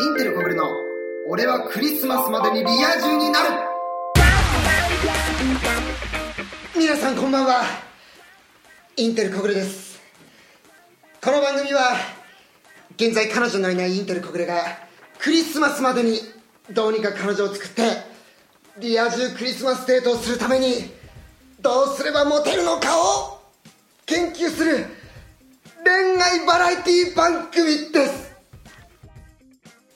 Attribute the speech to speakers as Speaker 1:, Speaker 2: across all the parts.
Speaker 1: インテル小暮の俺はクリスマスまでにリア充になる皆さんこんばんはインテル小暮ですこの番組は現在彼女のいないインテル小暮がクリスマスまでにどうにか彼女を作ってリア充クリスマスデートをするためにどうすればモテるのかを研究する恋愛バラエティ番組です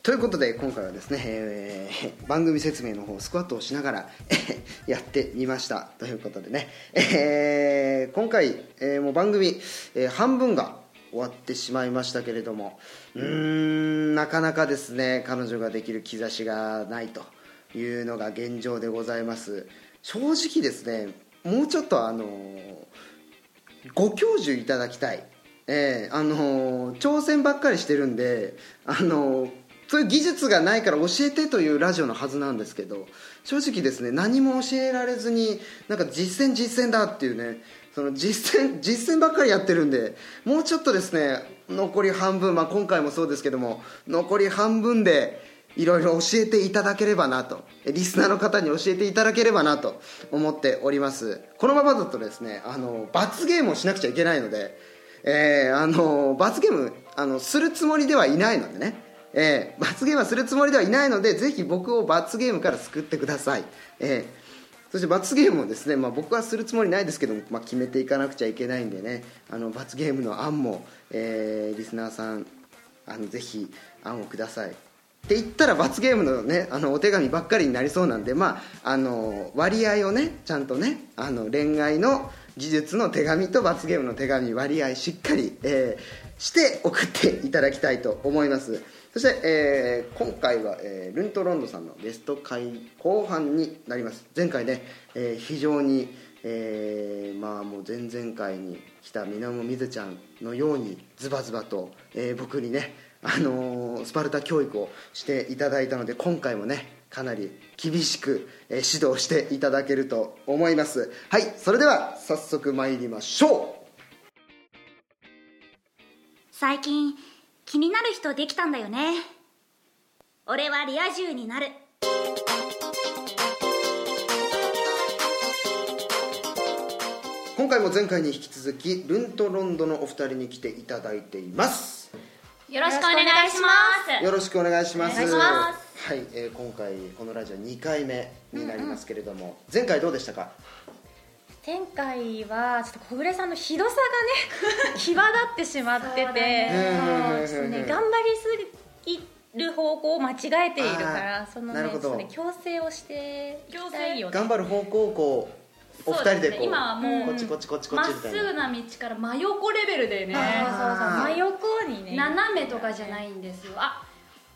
Speaker 1: ということで今回はですね、えー番組説明の方スクワットをしながら、えーやってみましたということでね、えー今回、えーもう番組、えー半分が終わってしまいましたけれどもうーんなかなかですね彼女ができる兆しがないというのが現状でございます正直ですねもうちょっとあのーご教授いただきたい、ええあのー挑戦ばっかりしてるんで、あのーそういう技術がないから教えてというラジオのはずなんですけど正直ですね何も教えられずになんか実践実践だっていうねその実践実践ばっかりやってるんでもうちょっとですね残り半分、まあ、今回もそうですけども残り半分でいろいろ教えていただければなとえリスナーの方に教えていただければなと思っておりますこのままだとですねあの罰ゲームをしなくちゃいけないので、えーあの罰ゲームあのするつもりではいないのでね、えー罰ゲームはするつもりではいないのでぜひ僕を罰ゲームから救ってください、えーそして罰ゲームをですね、まあ、僕はするつもりないですけども、まあ、決めていかなくちゃいけないんでねあの罰ゲームの案も、えーリスナーさんあのぜひ案をくださいって言ったら罰ゲームのねあのお手紙ばっかりになりそうなんで、まあ、あの割合をねちゃんとねあの恋愛の技術の手紙と罰ゲームの手紙割合しっかり、えーして送っていただきたいと思いますそして、えー今回は、えールントロンドさんのゲスト会後半になります前回ね、えー非常に、えーまあもう前々回に来たみなもみずちゃんのようにズバズバと、えー僕にねあのースパルタ教育をしていただいたので今回もねかなり厳しく、えー指導していただけると思いますはいそれでは早速参りましょ
Speaker 2: 最近気になる人できたんだよね俺はリア充になる
Speaker 1: う今回も前回に引き続きルントロンドのお二人に来ていただいています
Speaker 2: よろしくお願いします
Speaker 1: よろしくお願いします
Speaker 2: お願いします
Speaker 1: はい、えー今回このラジオ2回目になりますけれども、前回どうでしたか
Speaker 3: 前回はちょっと小暮さんのひどさが ね際立ってしまって
Speaker 2: そうだ
Speaker 3: て
Speaker 1: ね
Speaker 3: そうちょっと
Speaker 1: うんうんうんう
Speaker 3: ね
Speaker 1: ん
Speaker 3: 頑張りすぎる方向を間違えているか
Speaker 1: あ
Speaker 3: ら
Speaker 1: ー
Speaker 3: その
Speaker 1: なる
Speaker 3: ね
Speaker 1: ほど
Speaker 3: ちょっとね強制をしていきたいよね
Speaker 1: 頑張る方向をこうお二人でこう
Speaker 4: そうですね今はもう
Speaker 1: こっちこっちこっちこっ
Speaker 4: まっ
Speaker 1: ちみた
Speaker 4: す
Speaker 1: いな
Speaker 4: ぐな道から真横レベルでね
Speaker 1: あー
Speaker 3: 真横にね
Speaker 4: 斜めとかじゃないんですよあ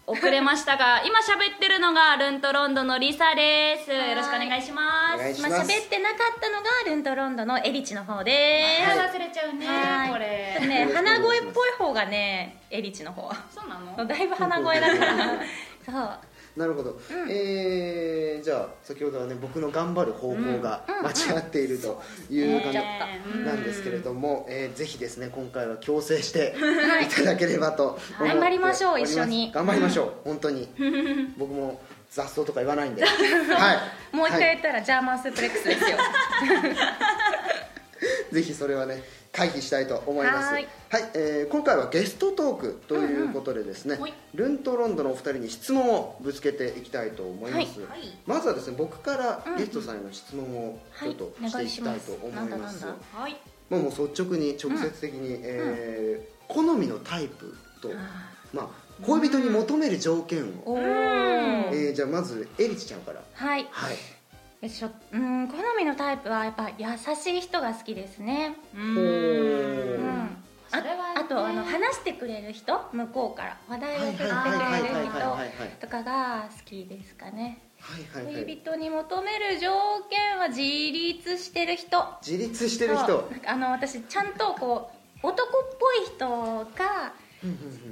Speaker 4: 遅れまし たが今喋ってるのがルントロンドのリサです
Speaker 3: はい
Speaker 4: よろしくお願いしま
Speaker 1: お願い
Speaker 4: す
Speaker 1: し
Speaker 3: ま
Speaker 1: ま
Speaker 3: あ
Speaker 1: す
Speaker 3: 喋ってなかったのがルントロンドのエリチの方で
Speaker 4: あー忘れちゃうね
Speaker 3: すはい
Speaker 4: こ
Speaker 3: ちょっと
Speaker 4: れ
Speaker 3: ね鼻声っぽい方がねエリチの方
Speaker 4: そうなの
Speaker 3: だいぶ鼻声だから そう
Speaker 1: なるほど、えーじゃあ先ほどはね僕の頑張る方向が間違っているという感じなんですけれども、えーぜひですね今回は強制していただければと思っておます
Speaker 3: 頑張りましょう一緒に
Speaker 1: 頑張りましょ う本当に僕も雑草とか言わないんで、はい、
Speaker 3: もう一回
Speaker 1: は
Speaker 3: 言ったらジャーマンスープレックスですよ
Speaker 1: いぜひそれはね回避したいと思いますは
Speaker 3: はいい、
Speaker 1: えー今回はゲストトークということでですね、
Speaker 4: ほい
Speaker 1: ルントロンドのお二人に質問をぶつけていきたいと思います、
Speaker 4: はいはい
Speaker 1: まずはですね僕からゲストさんへの質問をちょっと
Speaker 3: はい
Speaker 1: していきたいと思い
Speaker 3: お願いしますなんだ
Speaker 1: ま
Speaker 3: なん
Speaker 1: す、
Speaker 3: だ
Speaker 4: はい
Speaker 1: まあもう率直に直接的に、えー好みのタイプと、まあ、恋人に求める条件を、
Speaker 3: おー
Speaker 1: えーじゃあまずエリチちゃんから
Speaker 3: はい
Speaker 1: はい
Speaker 3: よいしょうーん好みのタイプはやっぱ優しい人が好きですね、
Speaker 4: う
Speaker 3: う
Speaker 1: ー
Speaker 3: ん
Speaker 1: ん
Speaker 4: そ
Speaker 3: あ
Speaker 4: れはね
Speaker 3: あとあの話してくれる人向こうから話題を振ってくれる人とかが好きですかね
Speaker 1: はいはいはい
Speaker 3: 恋人に求める条件は自立してる人
Speaker 1: 自立してる人
Speaker 3: そうなんかあの私ちゃんとこう男っぽい人が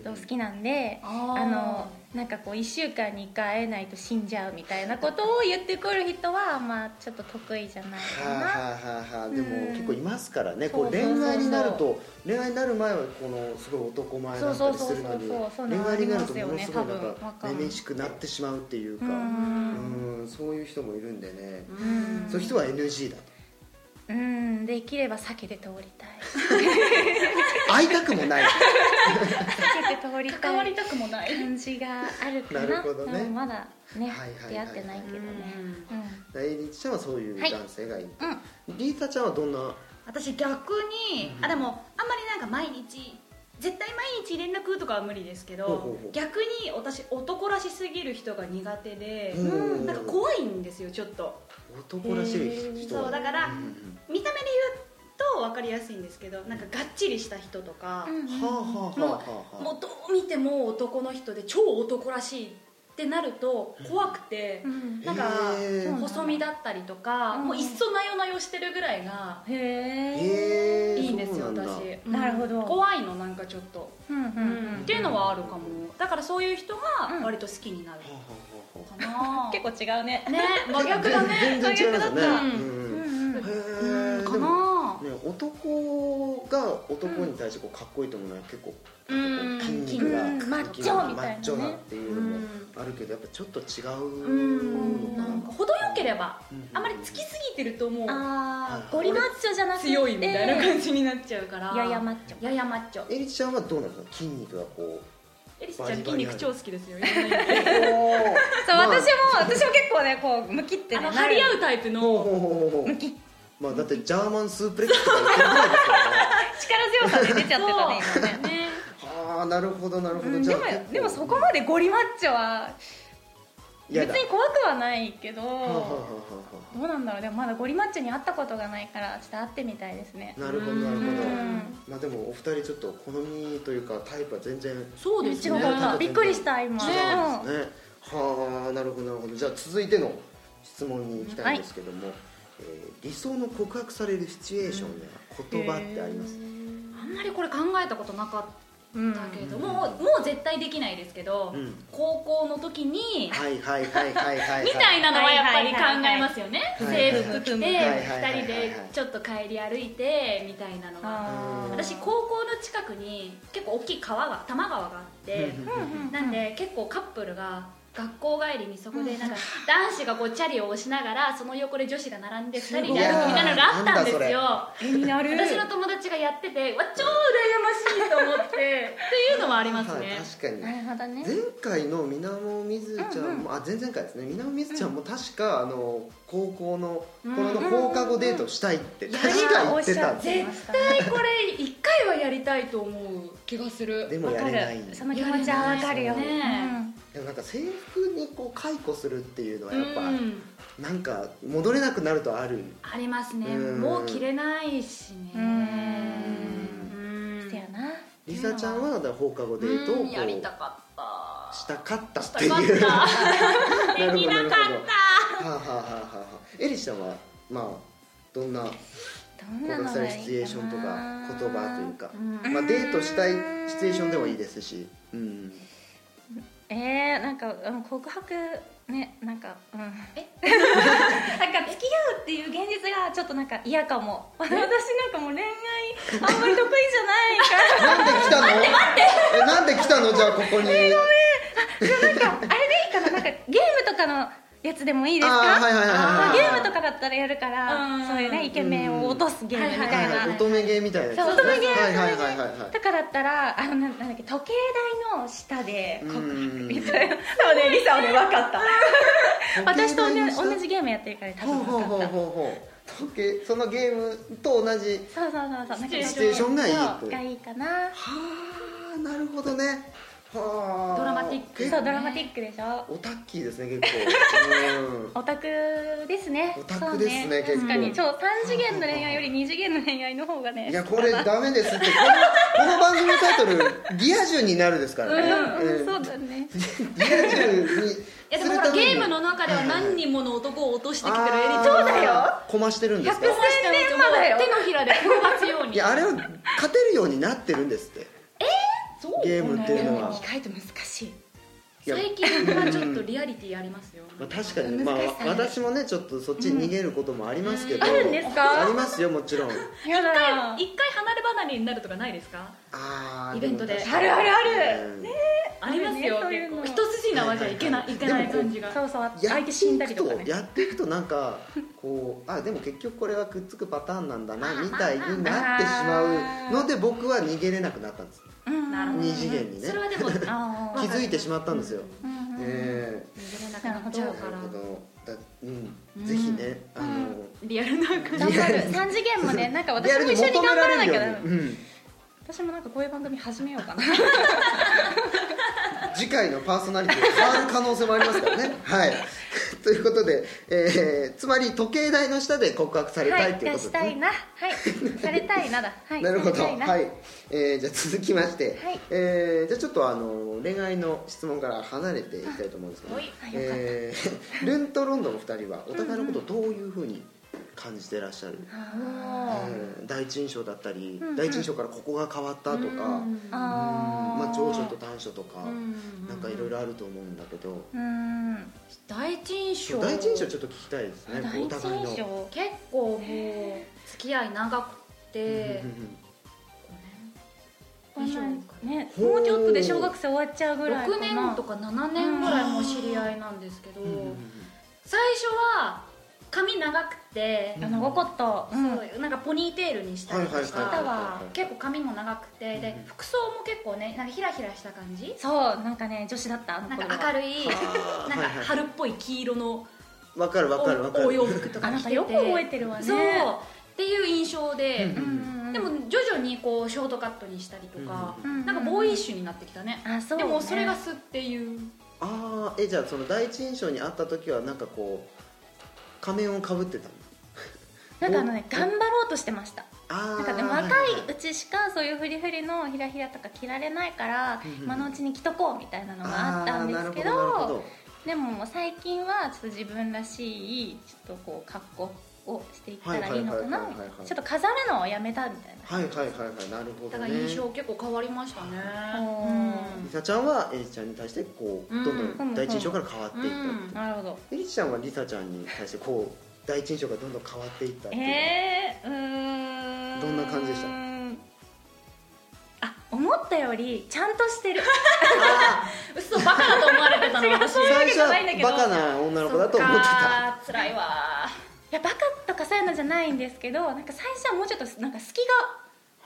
Speaker 3: と好きなんで、
Speaker 4: あー
Speaker 3: あのなんかこう1週間に1回会えないと死んじゃうみたいなことを言ってくる人はまあちょっと得意じゃない
Speaker 1: はあ
Speaker 3: かな、
Speaker 1: はあはあはあでも
Speaker 3: うん
Speaker 1: 結構いますからね
Speaker 3: そ
Speaker 1: こ
Speaker 3: う
Speaker 1: う
Speaker 3: そうそうそう
Speaker 1: 恋愛になると恋愛になる前はこのすごい男前だったりするのに
Speaker 3: そうそうそうそうそう
Speaker 1: 恋
Speaker 3: なんか
Speaker 1: 愛になるとものすごい
Speaker 3: ありますよね
Speaker 1: なん
Speaker 3: 多分わ
Speaker 1: か
Speaker 3: か
Speaker 1: め
Speaker 3: る
Speaker 1: めしくなってしまうっていうか
Speaker 3: うん
Speaker 1: うんそういう人もいるんでね
Speaker 4: うん
Speaker 1: そういう人は NG だと
Speaker 3: うんできれば避けて通りた い
Speaker 1: 会いたくもない
Speaker 3: 避けて通り
Speaker 4: 関わ
Speaker 3: た
Speaker 4: り
Speaker 3: い
Speaker 4: たくもない
Speaker 3: 感じがあるかな
Speaker 1: なるほどね
Speaker 3: でもまだ
Speaker 1: はいは
Speaker 3: ね、
Speaker 1: いはいはい
Speaker 3: 出会ってないけどね、うん
Speaker 1: えりちゃんはそういう
Speaker 3: はい
Speaker 1: 男性がいい、
Speaker 4: うん
Speaker 1: リータちゃんはどんな
Speaker 4: 私逆に、あでもあんまりなんか毎日絶対毎日連絡とかは無理ですけど
Speaker 1: ほうほうほう
Speaker 4: 逆に私男らしすぎる人が苦手で、
Speaker 1: うん
Speaker 4: なんか怖いんですよちょっと
Speaker 1: 男らしい人は
Speaker 4: そうだから
Speaker 1: ん
Speaker 4: 見た目で言うと分かりやすいんですけどなんかがっちりした人とか、
Speaker 1: うんはあはあはあはあ
Speaker 4: もうどう見ても男の人で超男らしいってなると怖くて、
Speaker 3: うん
Speaker 4: なんか
Speaker 1: へー
Speaker 4: 細身だったりとか、
Speaker 3: うん
Speaker 4: もういっそなよなよしてるぐらいが
Speaker 3: へえ
Speaker 1: へえ
Speaker 4: いいんですよ、
Speaker 1: そうなんだ
Speaker 4: 私、うん
Speaker 3: なるほど
Speaker 4: 怖いのなんかちょっと、
Speaker 3: うんうんうん
Speaker 4: っていうのはあるかもだからそういう人が
Speaker 3: うん
Speaker 4: 割と好きになる
Speaker 1: はあはあはあ
Speaker 4: かな、
Speaker 3: 結構違うね
Speaker 4: ね真逆だね
Speaker 1: 全然違いますよね
Speaker 4: 真逆だっ
Speaker 1: う
Speaker 4: た
Speaker 1: ん
Speaker 3: うんう
Speaker 1: へ
Speaker 3: ん
Speaker 1: え
Speaker 4: かな
Speaker 1: ね、男が男に対してこうかっこいいと思うのは結構、
Speaker 4: うん
Speaker 1: 筋肉が、
Speaker 3: うんマッチョみたいなね
Speaker 1: マッチョだっていうのも
Speaker 4: うん
Speaker 1: あるけどやっぱちょっと違
Speaker 4: う
Speaker 1: うの
Speaker 4: ん
Speaker 1: かな、
Speaker 4: なんか程よければ
Speaker 1: うん
Speaker 4: あまりつきすぎてるともう
Speaker 3: あ
Speaker 1: ー
Speaker 3: ーゴリマッチョじゃなくて
Speaker 4: 強いみたいな感じになっちゃうから
Speaker 3: ややマッチョ
Speaker 4: ややマッチョ
Speaker 1: えりちゃんはどうなの筋肉がこう
Speaker 4: エリスち
Speaker 1: バ
Speaker 4: ゃん
Speaker 1: リバ
Speaker 4: 筋
Speaker 1: リ
Speaker 4: 肉超好きですよいろんな意
Speaker 1: お
Speaker 4: 味で
Speaker 1: ー
Speaker 3: そう、
Speaker 1: まあ
Speaker 3: 私も私も結構ねこう向きって
Speaker 4: あ
Speaker 3: ね
Speaker 4: の張り合うタイプ
Speaker 1: ほう
Speaker 4: の
Speaker 1: ほうほうほうまあだってジャーマンスープレックスとか言ってるぐらいですからね
Speaker 3: 力強さで出ちゃってたね今ね
Speaker 4: ね
Speaker 1: はあなるほどなるほど、
Speaker 3: うん
Speaker 1: じ
Speaker 3: で
Speaker 1: ゃあ
Speaker 3: も
Speaker 1: 結構
Speaker 3: でもそこまでゴリマッチョは別
Speaker 1: 嫌だ
Speaker 3: に怖くはないけど
Speaker 1: はあはあはあはあ
Speaker 3: どうなんだろうでもまだゴリマッチョに会ったことがないからちょっと会ってみたいですね
Speaker 1: なるほどなるほど
Speaker 3: うん
Speaker 1: まあでもお二人ちょっと好みというかタイプは全然違う
Speaker 4: そうです
Speaker 3: 違
Speaker 4: ね
Speaker 3: うかった
Speaker 1: ね
Speaker 3: びっくりした今
Speaker 1: ですね
Speaker 3: うん
Speaker 1: はあなるほどなるほどじゃあ続いての質問に行きたいんですけども、えー理想の告白されるシチュエーションや言葉ってあります、
Speaker 4: あんまりこれ考えたことなかったけど
Speaker 1: うん
Speaker 4: もうもう絶対できないですけど
Speaker 1: うん
Speaker 4: 高校の時に
Speaker 1: はいはいはいはいはい、はい、
Speaker 4: みたいなのはやっぱり考えますよね
Speaker 1: はいはいはい
Speaker 4: 制服着て
Speaker 3: はい
Speaker 1: はいはい
Speaker 4: 2人でちょっと帰り歩いてみたいなの
Speaker 3: あ
Speaker 4: は
Speaker 3: ー
Speaker 4: 私高校の近くに結構大きい川が多摩川があって
Speaker 1: うん
Speaker 3: うんうん
Speaker 4: なんで結構カップルが学校帰りにそこでなんか男子がこうチャリを押しながらその横で女子が並んで2人で歩くみたいなのがあったんです
Speaker 1: いやー
Speaker 4: よ
Speaker 3: 絵になる
Speaker 4: 私の友達がやっててわ超羨ましいと 思ってっていうのはありますね
Speaker 1: はい確かに
Speaker 3: なるほどね
Speaker 1: 前回のみなもみずちゃんも、
Speaker 3: うん
Speaker 1: あ前々回ですねみなもみずちゃんも確か、あの高校の
Speaker 4: うん
Speaker 1: この放課後デートしたいって
Speaker 4: んうん
Speaker 1: 確か言ってたんで
Speaker 3: いや
Speaker 1: すよ
Speaker 3: いや
Speaker 4: 絶対これ一回はやりたいと思う気がする
Speaker 1: でもやれない
Speaker 3: その気持ちはわかるよ
Speaker 4: やれないですよね
Speaker 1: でもなんか制服にこう解雇するっていうのはやっぱ、
Speaker 4: うん
Speaker 1: なんか戻れなくなるとある
Speaker 4: ありますね
Speaker 1: うん
Speaker 4: もう着れないしね
Speaker 3: うん
Speaker 4: うん
Speaker 3: うんせやな
Speaker 1: りさちゃんはだから放課後デートをこ
Speaker 4: うんやりた
Speaker 1: う
Speaker 4: かった
Speaker 1: したかったって
Speaker 4: し
Speaker 1: い
Speaker 4: たかっ
Speaker 1: うは
Speaker 4: たできなかっ
Speaker 1: あはあはあはあえりちゃんはまあどんな
Speaker 3: どんな
Speaker 1: 告白
Speaker 3: の
Speaker 1: さ
Speaker 3: が
Speaker 1: れ
Speaker 3: い
Speaker 1: る
Speaker 3: いか
Speaker 1: シ
Speaker 3: な
Speaker 1: チュエーションとか言葉というか、
Speaker 4: うん
Speaker 1: まあ、デートしたいシチュエーションでもいいですし、うん、
Speaker 3: えー、なんか、うん、告白ねなんかうんなんか付き合うっていう現実がちょっとなんか嫌かも私なんかもう恋愛あんまり得意じゃないか
Speaker 1: なんで来たのえなんで来たのじゃあここに
Speaker 3: らなんかあれでいいかななんかゲームとかのやつでもいいですか
Speaker 1: あーはいはいはいはいはい
Speaker 3: ゲームとかだったらやるから、
Speaker 4: うん
Speaker 3: そういうねイケメンを落とすゲームみたいな、
Speaker 1: はいはい乙女芸みたいなやつ
Speaker 3: そう乙女芸
Speaker 1: はいはいはいはいはい
Speaker 3: とかだったらあのななんだっけ時計台の下で告白みたいな
Speaker 4: たそうねリサはね分かった
Speaker 3: 私と同じ
Speaker 1: 時計台にした
Speaker 3: 同じゲームやってるから多
Speaker 1: ほう
Speaker 3: 分
Speaker 1: ほう
Speaker 3: 分
Speaker 1: ほう
Speaker 3: か
Speaker 1: ほう
Speaker 3: った
Speaker 1: ほう時計そのゲームと同じ
Speaker 3: そうそうそうそうなんか
Speaker 4: シチュエーシ
Speaker 1: ョンがいいと
Speaker 3: そうがいいかな
Speaker 1: はあなるほどねはあ
Speaker 4: ドラマティック
Speaker 1: 結
Speaker 3: そ
Speaker 1: 構
Speaker 3: うドラマティックでしょ
Speaker 1: オタッキーですね結構、うん、
Speaker 3: オタクですね
Speaker 1: オタクですね結構
Speaker 3: 確かに超3次元の恋愛より2次元の恋愛の方がね
Speaker 1: いやこれダメですってこのこの番組のタイトル「リア充になる」ですからね、
Speaker 3: うん、
Speaker 1: う
Speaker 3: そ
Speaker 1: ん
Speaker 3: うだね
Speaker 1: リア充にす
Speaker 4: いやでも
Speaker 1: る
Speaker 4: ほ
Speaker 1: た
Speaker 4: ら
Speaker 1: めに
Speaker 4: ゲームの中では何人もの男を落としてきてるエリ
Speaker 1: あー
Speaker 4: ちゃん
Speaker 1: こましてるんですか
Speaker 3: 100戦錬磨だよ
Speaker 4: 手のひらで転がすように
Speaker 1: いやあれは勝てるようになってるんですって
Speaker 4: そう
Speaker 1: ゲームっていうのは
Speaker 3: 意外と難しい
Speaker 1: いや
Speaker 4: 最近はちょっとリアリティありますよ
Speaker 1: まあ、確かに、まあ、私もねちょっとそっちに逃げることもありますけど、
Speaker 3: うんあるんですか
Speaker 1: ありますよもちろん
Speaker 3: や
Speaker 4: 一回一回離れ離れになるとかないですか
Speaker 1: あー
Speaker 4: イベントで
Speaker 1: も確か
Speaker 3: あ
Speaker 1: に
Speaker 3: るあるある
Speaker 1: うん
Speaker 4: ありますよ
Speaker 3: あるねそ
Speaker 4: 結構
Speaker 3: ういうの
Speaker 4: 一筋縄じゃいけないいけない
Speaker 1: でもこう
Speaker 4: 感じが
Speaker 3: そうそう
Speaker 1: やっ
Speaker 3: 相
Speaker 1: て
Speaker 3: 手
Speaker 1: い
Speaker 3: 死んだ
Speaker 1: く
Speaker 3: り
Speaker 1: と
Speaker 3: とかね
Speaker 1: やっていくとなんかこうあでも結局これはくっつくパターンなんだなみたいになってしまうので僕は逃げれなくなったんです
Speaker 4: なるほど
Speaker 1: 二次元にね
Speaker 4: それはでも
Speaker 3: あ
Speaker 1: 気づいてしまったんですよ、
Speaker 3: ーうんうん
Speaker 1: え
Speaker 4: 逃げれなくなっち
Speaker 1: え
Speaker 4: ゃ
Speaker 1: な
Speaker 4: う
Speaker 1: る
Speaker 4: から
Speaker 1: ほどだ、うん、ぜひね、あの
Speaker 4: リアルな感じ
Speaker 3: 頑張る三次元もねなんか私も一緒に頑張らなきゃな
Speaker 1: リアルに求められるようにうん
Speaker 3: 私もなんかこういう番組始めようかな
Speaker 1: 次回のパーソナリティが変わる可能性もありますから ねはい ということで、えーつまり時計台の下で告白されたいという
Speaker 3: や
Speaker 1: こと
Speaker 3: し
Speaker 1: で、
Speaker 3: た
Speaker 1: ね
Speaker 3: いなはいされたいなだは い
Speaker 1: なるほ
Speaker 3: さ
Speaker 1: ど、
Speaker 3: れたいな
Speaker 1: はい、えーじゃあ続きまして、
Speaker 3: はい
Speaker 1: えーじゃあちょっとあの恋愛の質問から離れていきたいと思うんですけど、
Speaker 4: はい
Speaker 3: あよかった
Speaker 1: えールンとロンドの2人はお互いのことをどういうふうに感じてらっしゃる、
Speaker 3: あー
Speaker 1: えー第一印象だったり、
Speaker 3: んうん
Speaker 1: 第一印象からここが変わったとか、うん
Speaker 4: うん
Speaker 3: あー
Speaker 1: まあ、長所と短所とか、
Speaker 4: うん
Speaker 1: なんかいろいろあると思うんだけど、
Speaker 3: うん
Speaker 4: 第一印象
Speaker 1: 第一印象ちょっと聞きたいですね
Speaker 3: 第
Speaker 1: お
Speaker 3: 一
Speaker 1: 互いの
Speaker 3: 印象
Speaker 4: 結構もう付き合い長くて
Speaker 3: こんなね
Speaker 1: ほう
Speaker 3: もうちょっとで小学生終わっちゃうぐらいかな
Speaker 4: 6年とか7年ぐらいもう知り合いなんですけど
Speaker 1: うんうんうんうん
Speaker 4: 最初は髪長くて
Speaker 3: あ長かったうん
Speaker 4: そうなんかポニーテールにしたりと
Speaker 1: はいはいはい
Speaker 3: はい
Speaker 4: か
Speaker 1: はいはい
Speaker 4: 結構髪も長くてで
Speaker 1: うん
Speaker 4: 服装も結構ねなんかヒラヒラした感じ
Speaker 3: そうなんかね女子だったあの
Speaker 4: なん
Speaker 3: 頃は
Speaker 4: か明る
Speaker 1: あ
Speaker 4: い
Speaker 1: ー
Speaker 4: なんか
Speaker 1: はいはい
Speaker 4: 春っぽい黄色の
Speaker 1: わかるわかるわかる
Speaker 4: おお洋服とか
Speaker 3: あ
Speaker 4: 着
Speaker 3: な
Speaker 4: て
Speaker 3: た
Speaker 4: て
Speaker 3: よく覚えてるわね
Speaker 4: そうっていう印象で、
Speaker 1: うん
Speaker 3: うん
Speaker 4: でも徐々にこうショートカットにしたりとか、
Speaker 1: うん
Speaker 3: うん
Speaker 4: なんかボーイッシュになってきたね、
Speaker 3: あそう
Speaker 4: で
Speaker 3: ね
Speaker 4: もそれが素っていう
Speaker 1: ああえじゃあその第一印象に会った時はなんかこう仮面をかぶってたの
Speaker 3: なんかあのね頑張ろうとしてました
Speaker 1: あ
Speaker 3: なん
Speaker 1: ー
Speaker 3: かでも
Speaker 1: はいは
Speaker 3: 若
Speaker 1: いはい
Speaker 3: いうちしかそういうフリフリのひらひらとか着られないから
Speaker 1: うんうん
Speaker 3: 今のうちに着とこうみたいなのがあったんですけ
Speaker 1: あーなるほどなるほ
Speaker 3: ど
Speaker 1: ど
Speaker 3: でももう最近はちょっと自分らしいちょっとこう格好をしていったらいいのか
Speaker 1: はいは
Speaker 3: な
Speaker 1: い
Speaker 3: み
Speaker 1: はいは
Speaker 3: た
Speaker 1: い
Speaker 3: い
Speaker 1: はい
Speaker 3: なちょっと飾るのをやめたみたいな
Speaker 1: はいはいはいはいなるほど、ね、
Speaker 4: だから印象結構変わりましたね、
Speaker 3: うん
Speaker 1: りさちゃんはえいちゃんに対してこう
Speaker 4: うん
Speaker 1: どんどん第一印象から変わっていっ
Speaker 4: うん
Speaker 3: なるほど
Speaker 1: たえりちゃんはりさちゃんに対してこう第一印象がどんどん変わっていったっていう、
Speaker 3: えー、うーん
Speaker 1: どんな感じでした
Speaker 3: あ思ったよりちゃんとして る
Speaker 1: あ
Speaker 4: 嘘バカだと思われてたの私
Speaker 1: ー最
Speaker 3: け
Speaker 1: 初
Speaker 3: じゃないんだけど
Speaker 1: はバカな女の子だと思ってた
Speaker 4: あー辛いわ
Speaker 3: いやバカとかそういうのじゃないんですけどなんか最初はもうちょっとなんか隙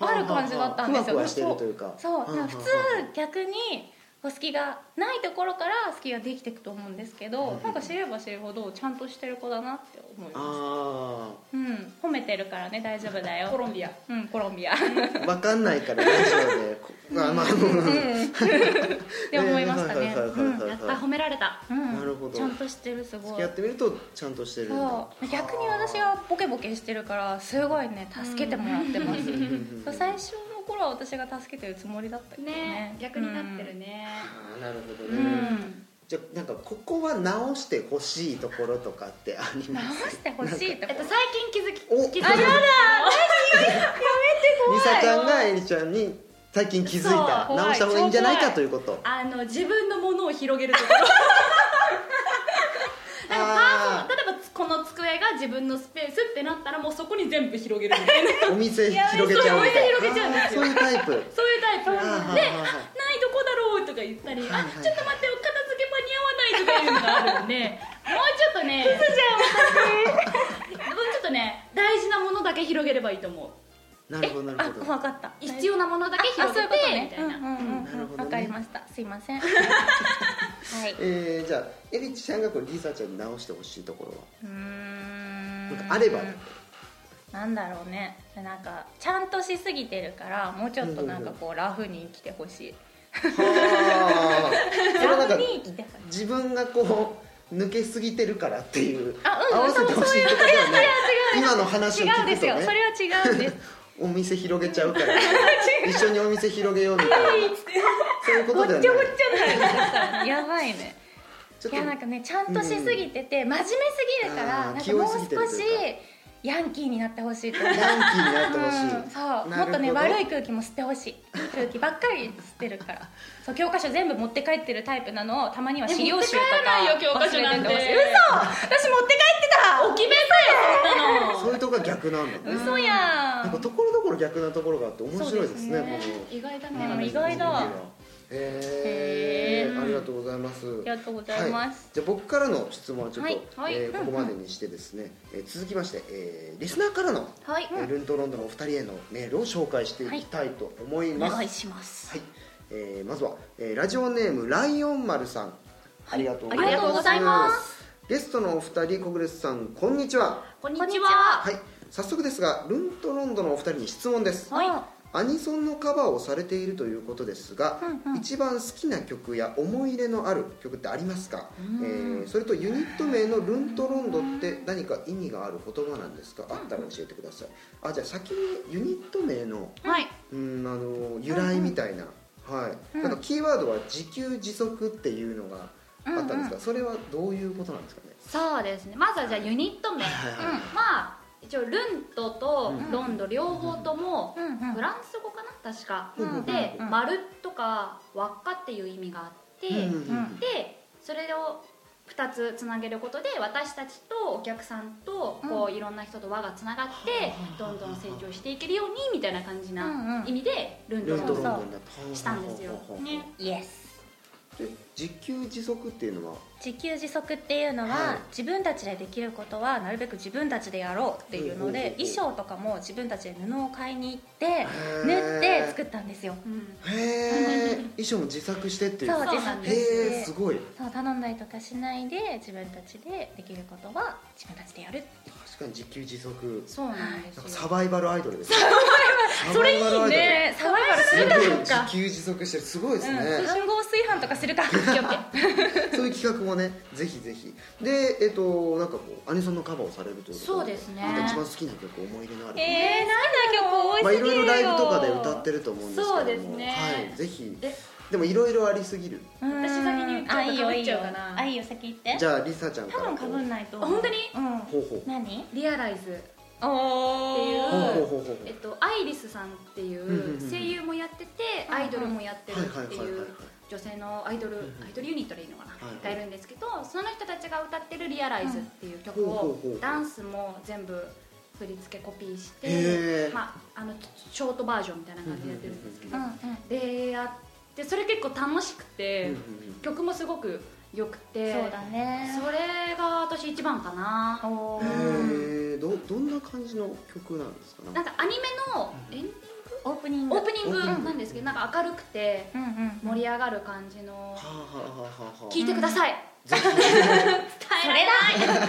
Speaker 3: がある感じだったんですよ
Speaker 1: ふわふわしてるというか
Speaker 3: そう
Speaker 1: はあ
Speaker 3: なんか普通逆にこう隙がないところから隙ができていくと思うんですけど、
Speaker 1: うん
Speaker 3: なんか知れば知るほどちゃんとしてる子だなって思います
Speaker 1: あ
Speaker 3: うん褒めてるからね大丈夫だよ
Speaker 4: コロンビア
Speaker 3: うん コロンビア
Speaker 1: あ分かんないから大丈夫でこあまあ
Speaker 3: って思いましたねうん
Speaker 4: ーやった褒められた
Speaker 3: うん
Speaker 1: なるほど
Speaker 3: ちゃんとしてるすご
Speaker 1: 付
Speaker 3: い
Speaker 1: き合ってみるとちゃんとしてるんだ
Speaker 3: そう逆に私がボケボケしてるからすごいね助けてもらってます、
Speaker 1: うんうんうんうん
Speaker 3: 最初の頃は私が助けてるつもりだったけどね
Speaker 4: ね逆になってるね、
Speaker 1: あーなるほど
Speaker 3: う
Speaker 1: ね、
Speaker 3: ん、
Speaker 1: じゃあなんかここは直してほしいところとかってあり
Speaker 3: うん
Speaker 1: ます
Speaker 3: 直してほしいと
Speaker 4: え
Speaker 3: か
Speaker 4: っと最近気づき
Speaker 1: お
Speaker 4: 気づい
Speaker 1: あやだ
Speaker 3: 怖
Speaker 1: り
Speaker 3: い
Speaker 1: さちゃんがえりちゃんに最近気づいた
Speaker 4: そう
Speaker 1: 直した方がいいんじゃないかということ
Speaker 4: あの自分のものを広げると ころなんかパー
Speaker 1: あ
Speaker 4: ソン例えばこの机が自分のスペースってなったらもうそこに全部広げるみた いな
Speaker 1: ーお店広げちゃうみたい
Speaker 4: お店広げちゃうん
Speaker 1: な
Speaker 4: で
Speaker 1: あーそういうタイプ
Speaker 4: そういうタイプ
Speaker 1: あーはーはー
Speaker 4: で「ないどこだろう」とか言ったり「
Speaker 1: はい
Speaker 4: あ
Speaker 1: はい
Speaker 4: ちょっと待ってお片付け間に合わない」とかいうのがあるんでもうちょっとねじゃん もうちょっとね大事なものだけ広げればいいと思う
Speaker 1: なるほどな
Speaker 3: あ
Speaker 1: るほど
Speaker 3: 分かった
Speaker 4: 必要なものだけ
Speaker 3: あ
Speaker 4: 広
Speaker 3: そういう
Speaker 4: げて
Speaker 3: ことね
Speaker 4: みたいな、
Speaker 3: うんうんうん
Speaker 1: なるほどね
Speaker 3: わかりましたすいませんはい
Speaker 1: えーじゃあえりちゃんがこれりさちゃんに直してほしいところは
Speaker 3: うーん
Speaker 1: なんかあればね
Speaker 3: なんだろうねなんかちゃんとしすぎてるからもうちょっとなんかこうラフに生きてほしい
Speaker 1: はあそれはな
Speaker 3: ラ
Speaker 1: んか
Speaker 3: フに生きてほしい
Speaker 1: 自分がこう抜けすぎてるからっていう
Speaker 3: あうん
Speaker 1: 合わせてほしいってことはね今の話を
Speaker 3: 違うん
Speaker 1: 聞
Speaker 3: で
Speaker 1: く
Speaker 3: すよ、
Speaker 1: と
Speaker 3: そ
Speaker 1: ね
Speaker 3: れは違うんです
Speaker 1: お店広げちゃうから 一緒にお店広げようみたいなそういうこ
Speaker 3: ご
Speaker 1: と
Speaker 3: っち
Speaker 1: で
Speaker 3: ゃご
Speaker 1: は
Speaker 3: っ
Speaker 1: な
Speaker 3: ち
Speaker 1: い
Speaker 3: ゃなるやばいね
Speaker 1: ちょっと
Speaker 3: いやなんかねちゃんとしすぎてて、真面目すぎるから
Speaker 1: あー
Speaker 3: なん
Speaker 1: 気負
Speaker 3: かも
Speaker 1: いうすぎてる
Speaker 3: 少し
Speaker 1: という
Speaker 3: ヤンキーになってほしいと思
Speaker 1: ヤ
Speaker 3: う
Speaker 1: ンキーになってほしい、
Speaker 3: うんそう
Speaker 1: なる
Speaker 3: も
Speaker 1: ほ
Speaker 3: っ
Speaker 1: ど
Speaker 3: とね悪い空気も吸ってほしいいい空気ばっかり吸ってるからそう教科書全部持って帰ってるタイプなのをたまには資料集とか
Speaker 4: え持って帰らないよ教科書なんて
Speaker 3: 忘れほしい嘘私持って帰ってた
Speaker 4: 置き弁だよそ
Speaker 1: そ
Speaker 4: ん
Speaker 1: ういうとこが逆なんだね、
Speaker 3: 嘘や
Speaker 1: なん
Speaker 3: ん
Speaker 1: かところどころ逆なところがあって面白いですね
Speaker 3: そうです
Speaker 4: なの意外だ
Speaker 1: この
Speaker 3: で
Speaker 4: な
Speaker 3: も意外だ
Speaker 1: へえありがとうございます
Speaker 3: ありがとうございます
Speaker 1: はじゃあ僕からの質問はちょっと、
Speaker 3: はいはい
Speaker 1: えーここまでにしてですね、えー続きまして、えーリスナーからの、
Speaker 3: はい
Speaker 1: えールントロンドのお二人へのメールを紹介していきたいと思い
Speaker 3: お
Speaker 1: ます、
Speaker 3: 願いします
Speaker 1: はい、えーまずは、えーラジオネームライオン丸さん、ありがとうございます
Speaker 3: ありがとうございます
Speaker 1: ゲストのお二人コグレスさんこんにちは
Speaker 4: こん
Speaker 3: こん
Speaker 4: に
Speaker 3: にち
Speaker 4: ち
Speaker 3: は
Speaker 4: は
Speaker 1: はい早速ですがルントロンドのお二人に質問です
Speaker 3: はい
Speaker 1: アニソンのカバーをされているということですが、
Speaker 3: うんうん
Speaker 1: 一番好きな曲や思い入れのある曲ってありますか、えーそれとユニット名のルントロンドって何か意味がある言葉なんですかあったら教えてくださいあじゃあ先にユニット名の
Speaker 4: はい
Speaker 1: うんあの由来みたいな、はい、
Speaker 3: うん
Speaker 1: なんかキーワードは自給自足っていうのがあったんですが、それはどういうことなんですかね
Speaker 4: そうですねまずはじゃあユニット名
Speaker 1: はいはいはい
Speaker 4: まあ一応ルントとロンド両方とも
Speaker 3: うんうん
Speaker 4: フランス語かな確か
Speaker 1: うん
Speaker 4: で
Speaker 3: うん
Speaker 4: 「丸」とか「輪っか」っていう意味があって
Speaker 1: うん
Speaker 3: うん
Speaker 4: でそれを2つつなげることで私たちとお客さんとこういろんな人と輪がつながってどんどん成長していけるようにみたいな感じ
Speaker 3: うん
Speaker 4: な
Speaker 3: うん
Speaker 4: 意味でルン
Speaker 1: ル
Speaker 4: ド
Speaker 1: ン
Speaker 4: ロ
Speaker 1: トロ
Speaker 4: ン
Speaker 1: ン
Speaker 4: ド
Speaker 1: ド
Speaker 3: そう
Speaker 1: になった
Speaker 4: したんですよね
Speaker 3: イエス
Speaker 1: で自給自足っていうのは
Speaker 3: 自給自足っていうのは、
Speaker 1: はい
Speaker 3: 自分たちでできることはなるべく自分たちでやろうってい
Speaker 1: う
Speaker 3: うの
Speaker 1: んうんうん
Speaker 3: で、
Speaker 1: うん
Speaker 3: 衣装とかも自分たちで布を買いに行って
Speaker 1: ー
Speaker 3: 縫って作ったんですよ
Speaker 4: うん
Speaker 1: へえ衣装も自作してっていう
Speaker 3: そう
Speaker 4: そう
Speaker 3: 自
Speaker 4: なん
Speaker 3: 作
Speaker 4: で
Speaker 1: へえ
Speaker 3: して
Speaker 1: すごい
Speaker 3: そう頼んだりとかしないで自分たちでできることは自分たちでやる
Speaker 1: 確かに自給自足
Speaker 4: そうなんです
Speaker 1: なんか
Speaker 4: よ
Speaker 1: サバイバルアイドルですねサバイバルアイドル
Speaker 3: サバイバルす
Speaker 1: す
Speaker 3: るか
Speaker 1: ごい
Speaker 3: そっか
Speaker 1: 自給自足してるすごいですね、
Speaker 3: うん、信号炊飯とかするかオッケーオッケー
Speaker 1: そういう企画もね、ぜひぜひ。で、えっと、なんかこう、アニソンのカバーをされるということ
Speaker 4: そうですね
Speaker 1: なんか一番好きな曲、思い入れのある。
Speaker 3: えー、なんだ曲
Speaker 1: ま
Speaker 3: 多
Speaker 1: あ、
Speaker 3: い
Speaker 1: い
Speaker 3: す
Speaker 1: ろ
Speaker 3: ぎる
Speaker 1: い
Speaker 3: よ、
Speaker 1: ろライブとかで歌ってると思うんですけども。
Speaker 4: そうですね
Speaker 1: はい、ぜひ。
Speaker 4: え
Speaker 1: でも、いろいろありすぎる。
Speaker 3: 私
Speaker 4: 私先に言っちゃうと被っちゃうか
Speaker 3: あい
Speaker 4: な
Speaker 3: いよあいいよ先行って
Speaker 1: じゃあ、リサちゃんか
Speaker 3: 多
Speaker 1: ら。
Speaker 3: 分かぶん
Speaker 1: い。
Speaker 3: ないと
Speaker 4: あ
Speaker 3: 思う
Speaker 4: 本当に
Speaker 3: うん
Speaker 1: ほうほう。
Speaker 3: 何
Speaker 4: リアライズ
Speaker 3: お
Speaker 1: ほう
Speaker 4: ー
Speaker 1: ほうほうほう。
Speaker 4: えっと、アイリスさんってい
Speaker 1: んうんうん
Speaker 4: う声優もやってて
Speaker 3: んうん
Speaker 4: アイドルもやってるって
Speaker 1: はいはいはいは
Speaker 4: い
Speaker 1: いう
Speaker 4: 女性のアイドルアイドルユニットでいいのかな
Speaker 1: はいはい
Speaker 4: がいるんですけどその人たちが歌ってる「リアライズっていう曲
Speaker 1: うんほうほ
Speaker 4: を
Speaker 1: うほう
Speaker 4: ダンスも全部振り付けコピーし
Speaker 1: へ
Speaker 4: て
Speaker 1: ー、
Speaker 4: まあ、あのショートバージョンみたいな感じでやってるんですけど
Speaker 3: うんうん
Speaker 4: でやってそれ結構楽しく
Speaker 1: うん
Speaker 4: て
Speaker 1: うんうん
Speaker 4: 曲もすごくよくて
Speaker 3: そうだね
Speaker 4: それが私一番かな
Speaker 3: お
Speaker 1: へ
Speaker 3: ー
Speaker 1: え、ど、どんな感じの曲なんですか。なん
Speaker 4: な
Speaker 1: か
Speaker 4: んかアニメのエンディング
Speaker 3: オープニング
Speaker 4: オープニングなんですけどなんか明るくて
Speaker 3: うんうん
Speaker 4: 盛り上がる感じの
Speaker 1: はあ、はあ、はあ、はあ、はあ。
Speaker 4: 聞いてください
Speaker 1: ぜひ。
Speaker 3: それだ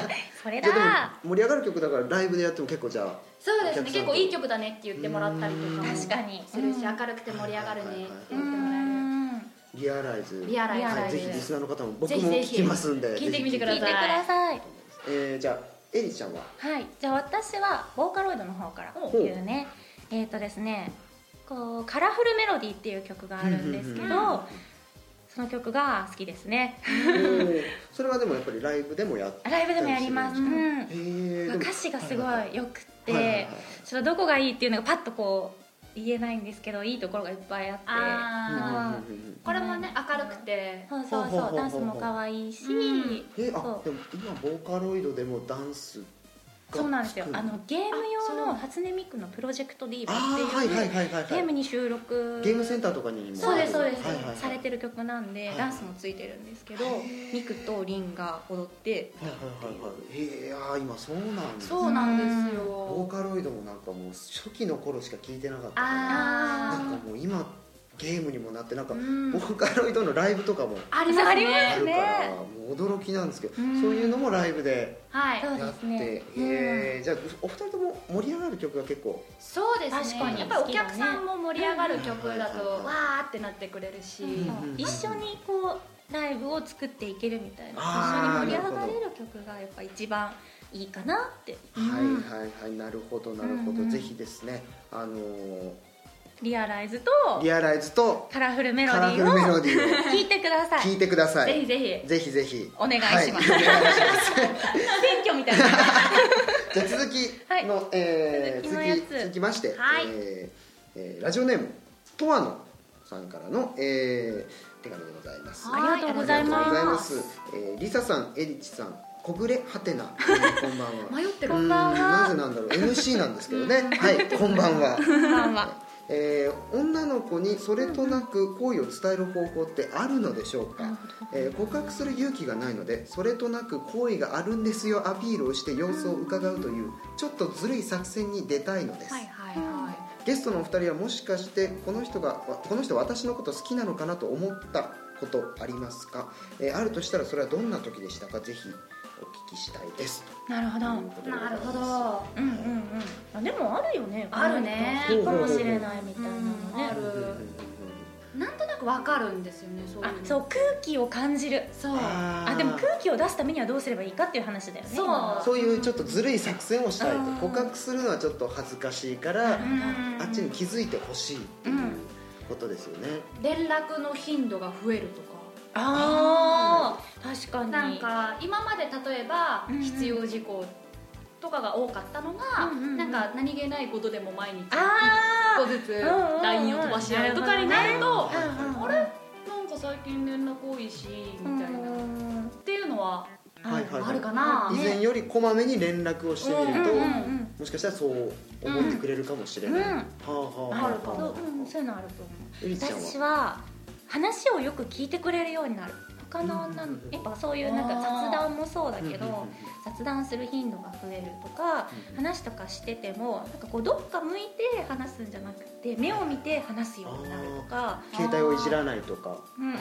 Speaker 3: それ
Speaker 1: じゃ
Speaker 3: だ
Speaker 1: あ、でも、盛り上がる曲だから、ライブでやっても結構、じゃあ。
Speaker 4: そうです
Speaker 1: お客
Speaker 4: ね
Speaker 1: さん
Speaker 4: 結
Speaker 1: と
Speaker 4: 構いい曲だねって言ってもらったりとかも
Speaker 1: うん
Speaker 3: 確かに
Speaker 4: するし
Speaker 3: うん
Speaker 4: 明るくて盛り上がるねって
Speaker 3: う
Speaker 4: 言ってもらえる
Speaker 3: ん
Speaker 1: リアライズ。
Speaker 4: リアライズ
Speaker 1: はい、ぜひ、リスナーの方も、僕も聞きますんで。
Speaker 4: ぜひぜひ聞いてみてくだ
Speaker 3: 聞いてください
Speaker 1: えー、じゃあエリち ゃんは
Speaker 3: はいじゃあ私はボーカロイドの方から
Speaker 1: お
Speaker 3: 言うねえっ、とですねこう「カラフルメロディー」っていう曲があるんです
Speaker 1: うん
Speaker 3: け
Speaker 4: うん
Speaker 3: どその曲が好きですね
Speaker 1: それはでもやっぱりライブでもやっ
Speaker 3: ライブでもやります、
Speaker 1: うん
Speaker 3: うん
Speaker 1: へーでも
Speaker 3: 歌詞がすご
Speaker 1: はい
Speaker 3: よくって、
Speaker 1: はいはいはい
Speaker 3: ちょっとどこがいいっていうのがパッとこう言えないんですけどいいところがいっぱいあって
Speaker 4: あ
Speaker 1: は
Speaker 3: あ
Speaker 1: いうんうんうんうん
Speaker 4: ーこれもね明るくて
Speaker 3: そうそう
Speaker 1: ほうほうほう
Speaker 3: そ
Speaker 1: ほう
Speaker 3: うダンスも可愛いし、
Speaker 4: うん
Speaker 1: え
Speaker 3: そ
Speaker 1: あ
Speaker 3: う
Speaker 1: でも今ボーカロイドでもダンスが
Speaker 3: そうなんですよ
Speaker 1: つく
Speaker 3: あのゲーム用
Speaker 4: あそ
Speaker 3: の
Speaker 4: う
Speaker 3: 初音ミクのプロジェクトディーバっ
Speaker 1: あ
Speaker 3: ていう
Speaker 1: ーはいはいはいはいはい
Speaker 3: ゲームに収録
Speaker 1: ゲームセンターとかにも
Speaker 3: そうですそうです、
Speaker 1: はいはいはい
Speaker 3: されてる曲なんで、
Speaker 1: はい
Speaker 3: ダンスもついてるんですけど、
Speaker 1: はい
Speaker 3: ミクとリンが踊って
Speaker 1: はいはいはいはいへえあー今そうなんです
Speaker 4: そうなんです
Speaker 1: ボー
Speaker 4: よ
Speaker 1: カロイドもなんかもう初期の頃しか聞いてなかったからな
Speaker 4: あ
Speaker 1: ん
Speaker 4: ー
Speaker 1: かもう今ゲームにもなってなんかボ
Speaker 4: ん
Speaker 1: ーカロイドのライブとかも
Speaker 4: あります
Speaker 1: あ
Speaker 4: ね
Speaker 1: るからもう驚きなんですけどそう
Speaker 3: うん
Speaker 1: いうのもライブで
Speaker 4: はい
Speaker 3: そう
Speaker 1: や
Speaker 3: で
Speaker 1: っ
Speaker 3: す
Speaker 1: て、
Speaker 3: ね
Speaker 1: えーじゃあお二人とも盛り上がる曲が結構
Speaker 4: そうです
Speaker 3: 確か
Speaker 4: ね
Speaker 3: に
Speaker 4: やっぱりお客さんも盛り上がる曲だ
Speaker 1: うん
Speaker 4: とわーってなってくれるし
Speaker 1: ん
Speaker 3: そう一緒にこうライブを作っていけるみたいな
Speaker 1: あー
Speaker 3: 一緒に盛り上がれる曲がやっぱ一番いいかなって
Speaker 1: はいはいはいなるほどなるほど、
Speaker 3: うんうん
Speaker 1: ぜひですねあのー
Speaker 3: リアライズと
Speaker 1: リアライズと
Speaker 3: カラフルメロデ
Speaker 1: カラ
Speaker 3: ィ
Speaker 1: フルメ
Speaker 3: ー
Speaker 1: ロ
Speaker 3: を
Speaker 1: ディーを
Speaker 3: 聞いてください
Speaker 1: 聞いてくださ
Speaker 4: ぜひ
Speaker 1: い
Speaker 4: ぜひ
Speaker 1: ぜひぜひ
Speaker 3: お願いします
Speaker 1: はいお 願いします
Speaker 3: 選挙みたいな
Speaker 1: じゃあ続きの、えー
Speaker 3: 続きのやつ
Speaker 1: 続き続きまして、
Speaker 2: はい
Speaker 1: えーえーラジオネームとわのさんからの、えー手紙でございます
Speaker 2: はい
Speaker 3: ありがとうござい
Speaker 1: ありがとうご
Speaker 3: ま
Speaker 1: ざいますす、えー、リサさんエリチさん小暮はて な、えーこんばんは
Speaker 4: 迷ってる
Speaker 1: うーん
Speaker 3: こんばんは
Speaker 1: なぜなんだろう MC なんですけどねはいこんばんは
Speaker 3: こんばんは
Speaker 1: えー女の子にそれとなく好意を伝える方法ってあるのでしょうか、えー告白する勇気がないのでそれとなく好意があるんですよアピールをして様子を伺うというちょっとずるい作戦に出たいのです、
Speaker 4: はいはいは
Speaker 1: ゲストのお二人はもしかしてこの人がわこの人私のこと好きなのかなと思ったことありますか、えーあるとしたらそれはどんな時でしたかぜひお聞きしたいです
Speaker 3: なるほど
Speaker 1: と
Speaker 3: う
Speaker 1: い
Speaker 3: ん
Speaker 1: うこと
Speaker 4: い
Speaker 1: でござ
Speaker 4: ない
Speaker 1: ます
Speaker 4: るほど
Speaker 3: うんうんあでもあるよね
Speaker 4: あるね
Speaker 3: 好きかもしれないみたいなのね
Speaker 4: ある
Speaker 1: うんうんうんうん
Speaker 4: なんとなくわかるんですよねそうい
Speaker 3: あ
Speaker 4: うの
Speaker 3: そう空気を感じる
Speaker 4: そう
Speaker 1: あー
Speaker 3: あでも空気を出すためにはどうすればいいかっていう話だよね
Speaker 4: そう
Speaker 3: 今は
Speaker 1: そういうちょっとずるい作戦をしたいと
Speaker 3: うん
Speaker 1: 告白するのはちょっと恥ずかしいから、
Speaker 3: うんうんうん
Speaker 1: あっちに気づいてほしいっていうことですよね、
Speaker 4: 連絡の頻度が増えるとか
Speaker 3: あー確かに
Speaker 4: なんか今まで例えば
Speaker 3: うんうん
Speaker 4: 必要事項とかが多かったのが、
Speaker 3: うんうんうん
Speaker 4: なんか何気ないことでも毎日
Speaker 3: あ
Speaker 4: 一個
Speaker 3: ー
Speaker 4: ずつ
Speaker 3: うんうんうん
Speaker 4: LINE を飛ばし合うとかになる
Speaker 1: な
Speaker 4: と、
Speaker 1: るほどね
Speaker 4: あれなんか最近連絡多いしみたいな、っ
Speaker 3: うん
Speaker 4: ていうのは
Speaker 1: はいはい
Speaker 4: あるかな、
Speaker 1: 以前よりこまめに連絡をしてみると、
Speaker 3: うんうんうん
Speaker 1: もしかしたらそう思ってくれるかもしれない、
Speaker 3: うんうん
Speaker 1: はあはあはあ
Speaker 3: ある
Speaker 1: は
Speaker 3: か
Speaker 1: あ
Speaker 3: も、うん、そういうのあると思う
Speaker 1: エリちゃんは
Speaker 3: 私は話をよく聞いてくれるようになる他の女の
Speaker 1: うん
Speaker 3: やっぱそういうなんか
Speaker 4: あ
Speaker 3: 雑
Speaker 4: ー
Speaker 3: 談もそうだけ
Speaker 1: うんうんうん
Speaker 3: ど雑談する頻度が増えるとか
Speaker 1: うん
Speaker 3: 話とかしててもなんかこうどっか向いて話すんじゃなくて目を見て話すようになるとか
Speaker 1: 携帯をいじらないとか
Speaker 3: うん
Speaker 1: あ
Speaker 3: う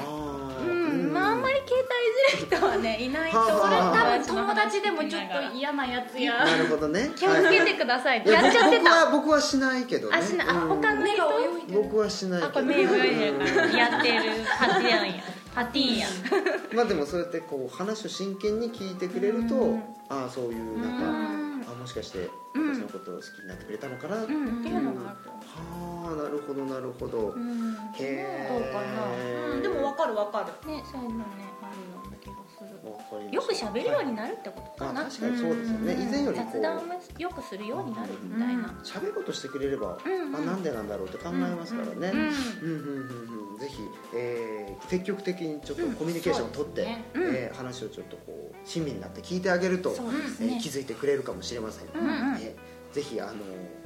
Speaker 1: ー
Speaker 3: んまああんまり携帯いじる人はねいないと思う
Speaker 1: はあはあは
Speaker 4: 多分友達でもちょっと嫌なやつや
Speaker 1: なるほどね
Speaker 3: 気をつけてください
Speaker 1: いや
Speaker 3: やっちゃって
Speaker 1: 僕
Speaker 3: た
Speaker 1: は僕はしないけどね
Speaker 3: あしないあ
Speaker 1: うん
Speaker 3: 他の
Speaker 4: 目が泳いでる
Speaker 1: 僕はしないけ
Speaker 3: あ
Speaker 1: ど
Speaker 3: これ目泳いでるから
Speaker 1: うん
Speaker 3: やってるパティーンやパティーンや
Speaker 1: まあでもそうやってこう話を真剣に聞いてくれると、
Speaker 3: うん
Speaker 1: ああそういう
Speaker 3: う
Speaker 1: なんか、
Speaker 3: ん
Speaker 1: あもしかして
Speaker 3: うん
Speaker 1: 私のことを好きになってくれたのかな、
Speaker 3: うん
Speaker 4: ん
Speaker 3: っていうのがあると思う
Speaker 1: はあなるほどなるほど、
Speaker 3: う
Speaker 1: へ
Speaker 3: ん
Speaker 1: え
Speaker 3: どうかな
Speaker 4: うんでもわかるわかる
Speaker 3: ねそういうのねあるような気がする
Speaker 1: わかりました
Speaker 3: よく喋るようになるってことかな、
Speaker 1: はいあ確かにそうですよね以前よりこうん
Speaker 3: 雑談もよくするようになるみたいな、
Speaker 1: 喋ろうとしてくれれば、
Speaker 3: うんうん
Speaker 1: あなんでなんだろうって考えますからね、
Speaker 3: うんう
Speaker 1: うん
Speaker 3: ん
Speaker 1: うんうんうんぜひ、えー積極的にちょっとコミュニケーションを取って、
Speaker 4: うん
Speaker 3: そうですね
Speaker 1: えー話をちょっとこう親身になって聞いてあげると、
Speaker 3: そうですね
Speaker 1: えー気づいてくれるかもしれません、
Speaker 3: うんうん
Speaker 1: えーぜひあのーね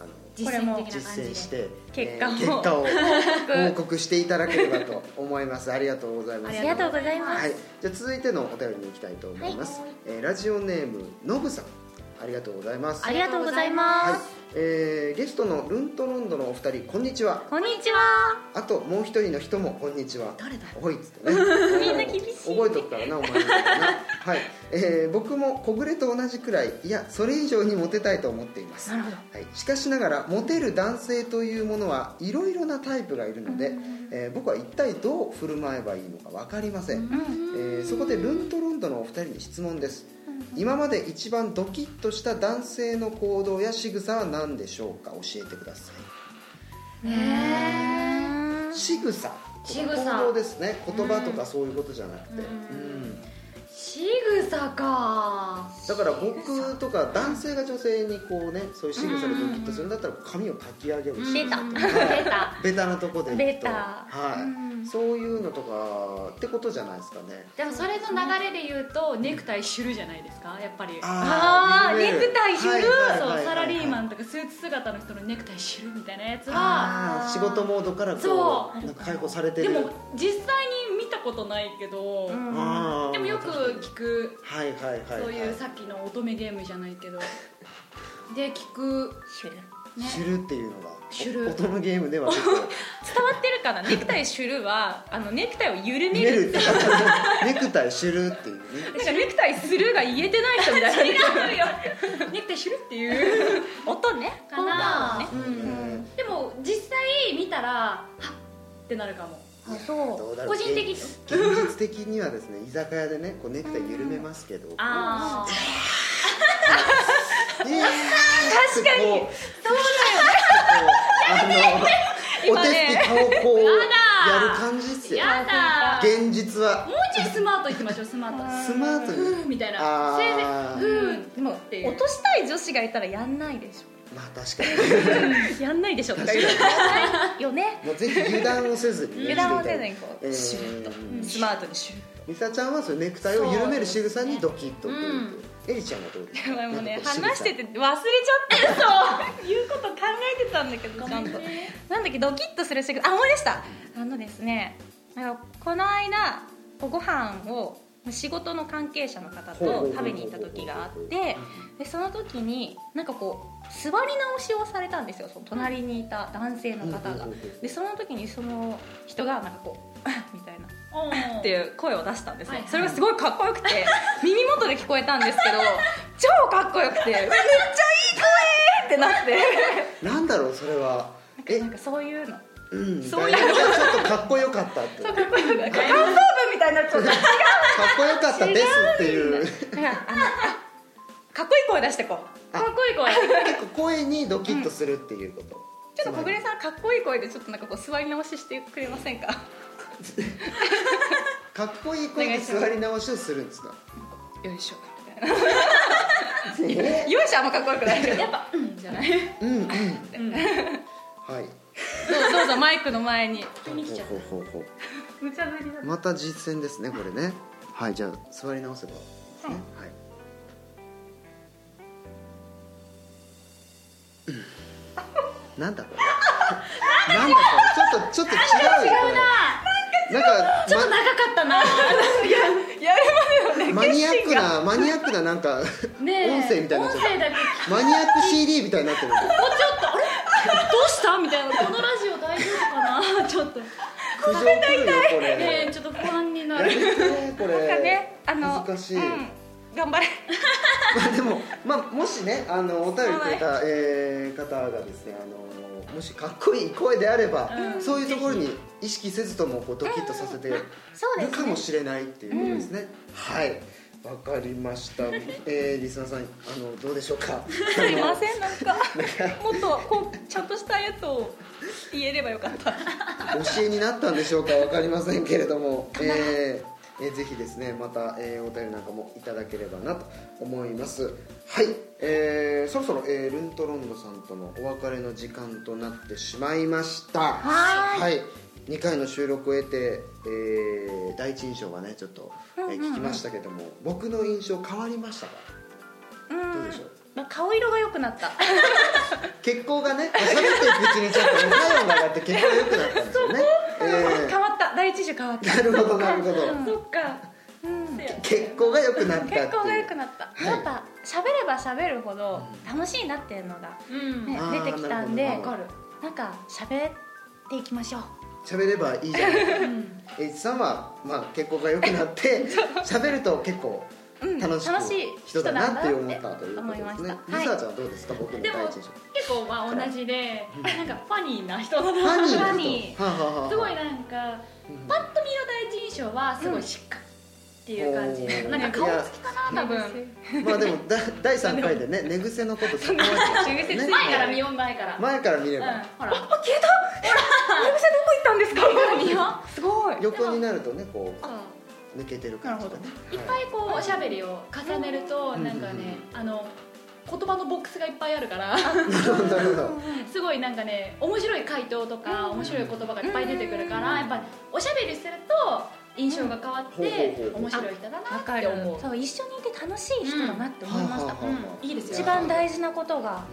Speaker 1: あの
Speaker 4: 実
Speaker 3: これも
Speaker 4: 践的な
Speaker 1: 実
Speaker 4: 感
Speaker 1: 践し
Speaker 4: じで
Speaker 1: て
Speaker 3: 結果を
Speaker 1: えー結果 を報告していただければと思いますありがとうございます
Speaker 3: ありがとうございます、
Speaker 1: はい、じゃあ続いてのお便りに行きたいと思います、
Speaker 4: はい
Speaker 1: えーラジオネームのぶさんありがとうございます
Speaker 3: ありがとうございます、
Speaker 1: はいえーゲストのルントロンドのお二人こんにちは
Speaker 3: こんにちは
Speaker 1: あともう一人の人もこんにちは
Speaker 4: 誰だ
Speaker 1: おいっつってね
Speaker 3: みんな厳しい
Speaker 1: 覚えとくからなお前のことなはい、えー僕も小暮と同じくらいいやそれ以上にモテたいと思っています
Speaker 3: なるほど
Speaker 1: はい、しかしながらモテる男性というものはいろいろなタイプがいるので、えー僕は一体どう振る舞えばいいのか分かりません、えーそこでルントロンドのお二人に質問です今まで一番ドキッとした男性の行動や仕草は何でしょうか教えてください仕草
Speaker 4: 仕草
Speaker 1: 行動ですね言葉とかそういうことじゃなくて、うん
Speaker 4: 仕草か
Speaker 1: だから僕とか男性が女性にこうねそういう仕草でドキッとするんだったら髪を炊き上げるし
Speaker 3: 出た
Speaker 4: 出た
Speaker 1: ベタなとこで行くと
Speaker 3: ベタ
Speaker 1: はい、そういうのとかってことじゃないですかね
Speaker 4: でもそれの流れで言うとネクタイ知るじゃないですかやっぱり
Speaker 3: あー
Speaker 1: 緩める
Speaker 3: ネクタイ緩い
Speaker 4: そうサラリーマ
Speaker 1: はい
Speaker 4: ンとかスーツ姿の人のネクタイ知るみたいなやつは
Speaker 1: あー仕事モードからこ
Speaker 4: そう
Speaker 1: なんか解放されて
Speaker 4: で
Speaker 1: る
Speaker 4: も実際に見たことないけど、
Speaker 1: あー
Speaker 4: でもよく聞く
Speaker 1: はいはいはい、はい、
Speaker 4: そういうさっきの乙女ゲームじゃないけどで聞く
Speaker 3: シュル
Speaker 4: ね
Speaker 1: 知るっていうのが
Speaker 4: 知る
Speaker 1: お音のゲームでは 結構
Speaker 3: 伝わってるかなネクタイシュルはあのネクタイを緩
Speaker 1: 見
Speaker 3: め
Speaker 1: れ
Speaker 3: る
Speaker 1: るってネクタイ知るっていうね
Speaker 3: なんかネクタイするが言えてない人みた いな違うよ
Speaker 4: ネクタイ知るっていう
Speaker 3: 音ね
Speaker 4: かな、
Speaker 3: ね
Speaker 4: うんでも実際見たらはっってなるかも
Speaker 3: あそう
Speaker 1: どうだろう
Speaker 4: 個人的
Speaker 1: 現現実的にはですね居酒屋でねこうネクタイ緩めますけど、
Speaker 4: ああ
Speaker 1: 確かにそうだよね あのお手つき顔をこうや
Speaker 4: やだ
Speaker 1: る感じっすよ
Speaker 4: やだもう
Speaker 1: 現実は
Speaker 4: ちょいスマート言ってましょうスマート
Speaker 1: スマート
Speaker 4: ふ
Speaker 1: に
Speaker 4: ーみたいな
Speaker 1: あ
Speaker 4: せいぜ
Speaker 1: ー
Speaker 4: いふー
Speaker 3: も
Speaker 4: っ
Speaker 3: う
Speaker 4: ていう
Speaker 3: 落としたい女子がいたらやんないでし
Speaker 1: まあ確かに
Speaker 3: ょやんないでしょとか言うよね
Speaker 1: もうぜひ油断をせずに
Speaker 3: 油断をせずにこ
Speaker 1: えー
Speaker 3: うシュッとスマートにシュッ
Speaker 1: 美沙ちゃんはそのネクタイを緩める仕草にドキッとくる
Speaker 4: うん
Speaker 1: エリちゃんはどうです
Speaker 3: と
Speaker 1: か
Speaker 3: お前も うね
Speaker 1: なんかこう
Speaker 3: 話して
Speaker 1: 仕
Speaker 3: て忘れちゃってるそういうこと考えてたんだけどちゃんとなんだっけドキッとする仕草あ思い出したあのですねなんかこの間ご飯を仕事の関係者の方と食べに行った時があってでその時になんかこう座り直しをされたんですよその隣にいた男性の
Speaker 1: 草
Speaker 3: 方が
Speaker 1: うんうんうん
Speaker 3: でその時にその人がなんかこう 「みたいな
Speaker 4: おー
Speaker 3: っていう声を出したんですね、
Speaker 4: はいはい
Speaker 3: それがすごいかっこよくて 耳元で聞こえたんですけど超かっこよくてめっちゃいい声ってなっ
Speaker 1: なんだろうそれは
Speaker 3: て
Speaker 1: え
Speaker 3: なんかそういうの感
Speaker 1: うん
Speaker 3: そういう
Speaker 1: だいぶちょっとかっこよかったってかっ
Speaker 3: 想文みたいになっちゃった
Speaker 1: こよかったですっていう
Speaker 3: なんかあのあかっこいい声出してこう
Speaker 4: かっこいい声
Speaker 1: 結構声にドキッとするっていうこと
Speaker 3: ちょっと小暮さんかっこいい声でちょっとなんかこう座り直ししてくれませんか
Speaker 1: かっこいい声で座り直しをするんですか
Speaker 3: よいしょみたいな
Speaker 1: え
Speaker 3: よいしょあんまかっこよくないけど
Speaker 4: やっぱうんじゃない
Speaker 1: うんうん
Speaker 4: うん
Speaker 1: はい
Speaker 3: そうどうぞマイクの前に
Speaker 1: ほうほうほうほ
Speaker 3: 無茶ぶりだ
Speaker 1: うまた実践ですねこれねはいじゃあ座り直せばですねはいうんなんだこれなんだこれちょっとちょっと違うよこれなんかちょっと
Speaker 4: 長かったな
Speaker 3: やれまでよね
Speaker 1: マニアックなマニアックななんか
Speaker 4: ねえ
Speaker 1: 音声みたいになっちゃ
Speaker 4: 音
Speaker 1: った
Speaker 4: 声だけど
Speaker 1: マニアック CD みたいになってる
Speaker 4: ちょっとあれどうしたみたいなこのラジオ大丈夫かなちょっとね
Speaker 1: 苦情来るよこれ
Speaker 4: えちょっと不安にな
Speaker 1: やめ
Speaker 4: る
Speaker 1: てこれ
Speaker 3: なんかねあの
Speaker 1: 難しい、
Speaker 3: うん頑張れ
Speaker 1: まあでも、まあ、もしねあのお便りくれた、えー方がですねあのもしかっこいい声であれば、
Speaker 4: うん
Speaker 1: そういうところに意識せずともこうドキッとさせてる
Speaker 3: そうですね
Speaker 1: かもしれないっていうことですね、はいわかりました、えー、リスナーさんあのどうでしょうか
Speaker 3: すいませんなんかもっとこうちゃんとしたやつを言えればよかった
Speaker 1: 教えになったんでしょうかわかりませんけれども、えーえーぜひですねまた、えーお便りなんかもいただければなと思いますはい、えーそろそろ、えールントロンドさんとのお別れの時間となってしまいましたはい2回の収録を得て、えー第一印象がねちょっと、えー聞きましたけども僕の印象変わりましたか
Speaker 3: うん
Speaker 1: どうでしょう
Speaker 3: まあ顔色が良くなった
Speaker 1: 血行がね喋っていくうちにちょっと体温が上がって血行が良くなったんですよね、え
Speaker 3: 変わった第一種変わっ
Speaker 1: ー
Speaker 3: た
Speaker 1: なるほどなるほど、
Speaker 4: そっか
Speaker 3: うん結
Speaker 1: 血行が良くなったっていう
Speaker 3: 構良くなった、
Speaker 1: い
Speaker 3: やっぱ喋れば喋るほど楽しいなっていうのが、
Speaker 4: うん
Speaker 3: ね
Speaker 1: あー
Speaker 3: 出てきたんで
Speaker 1: なる
Speaker 3: な
Speaker 1: ほど
Speaker 3: んか喋っていきましょう
Speaker 1: 喋ればいいじゃない
Speaker 4: うん
Speaker 1: エイチさんは、まあ、血行が良くなって喋ると結構
Speaker 3: うん
Speaker 1: 楽し
Speaker 3: 楽しい
Speaker 1: い人だなって思ったということ
Speaker 3: 思い
Speaker 1: で
Speaker 3: まし
Speaker 1: す
Speaker 3: た
Speaker 1: ねリ
Speaker 3: は
Speaker 1: サ
Speaker 3: い
Speaker 1: ーちゃんはどうですか僕の第
Speaker 4: で
Speaker 1: 一
Speaker 4: も
Speaker 1: 印象
Speaker 4: 結構まあ同じでなんかファニーな人だ
Speaker 1: ファ
Speaker 4: な
Speaker 1: ニー
Speaker 4: フ
Speaker 1: な人
Speaker 4: ァニ
Speaker 1: はあはあは
Speaker 4: ー
Speaker 1: あ
Speaker 4: すごいなんかパッと見の第一印象はすごいしっかりっていう感じ
Speaker 1: うん
Speaker 4: なんか顔つきかな多分
Speaker 1: うんまあでもだ第3回でね寝癖のことそこまで
Speaker 3: 寝癖ついてる
Speaker 4: 前から見よう前から
Speaker 1: 前から見れ
Speaker 4: うん
Speaker 1: ば
Speaker 4: ほら
Speaker 3: あ消えたお店どこ行ったんですか
Speaker 4: 見よう
Speaker 3: すごい
Speaker 1: 横になるとねこ
Speaker 4: そう
Speaker 1: う抜けてる感じがね
Speaker 4: いっぱいこうおしゃべりを重ねると
Speaker 1: うん
Speaker 4: なんか
Speaker 1: うん
Speaker 4: ねあの言葉のボックスがいっぱいあるから
Speaker 1: はいなるほど
Speaker 4: すごいなんかね面白い回答とか面白い言葉がいっぱい出てくるからやっぱりおしゃべりすると印象が変わっ
Speaker 1: うんほうほう
Speaker 4: て
Speaker 1: ほう
Speaker 4: 面白い人だ
Speaker 3: わ
Speaker 4: な
Speaker 3: か
Speaker 4: って
Speaker 3: る
Speaker 4: 思う
Speaker 3: そう一緒にいて楽しい人だなって思いました、
Speaker 1: はあはあはあ
Speaker 4: うんいいですよ
Speaker 3: 一番大事なことが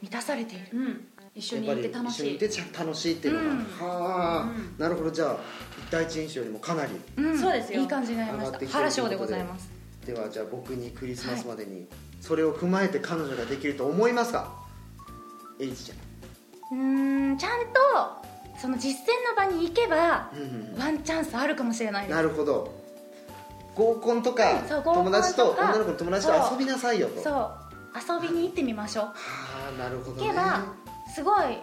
Speaker 3: 満たされている
Speaker 4: うん一緒にいて楽し
Speaker 1: やっぱり一緒にい
Speaker 4: い
Speaker 1: てちゃ楽しいっていうのが、はあ、
Speaker 4: うん
Speaker 1: なるほどじゃあ第一印象よりもかなり
Speaker 3: うん
Speaker 4: そうですよ
Speaker 3: いい感じになりま
Speaker 1: 上が
Speaker 3: し
Speaker 1: って
Speaker 3: た
Speaker 1: きてる
Speaker 3: 原賞でございます
Speaker 1: ではじゃあ僕にクリスマスまでにそれを踏まえて彼女ができると思いますかエイジち
Speaker 3: うーんちゃんとその実践の場に行けば
Speaker 1: ゃん、うんうん
Speaker 3: ワンチャンスあるかもしれな
Speaker 1: う
Speaker 3: い
Speaker 1: ん、
Speaker 3: で
Speaker 1: な
Speaker 3: す
Speaker 1: るほど合コンとか
Speaker 3: そう合コン
Speaker 1: 友達と
Speaker 3: とか
Speaker 1: 女の子の友達と
Speaker 3: そ
Speaker 1: 遊
Speaker 3: う
Speaker 1: びなさいよと
Speaker 3: そ
Speaker 1: は
Speaker 3: う遊びに行ってみましょう
Speaker 1: あなるほど
Speaker 3: 行
Speaker 1: ね
Speaker 3: けばすごい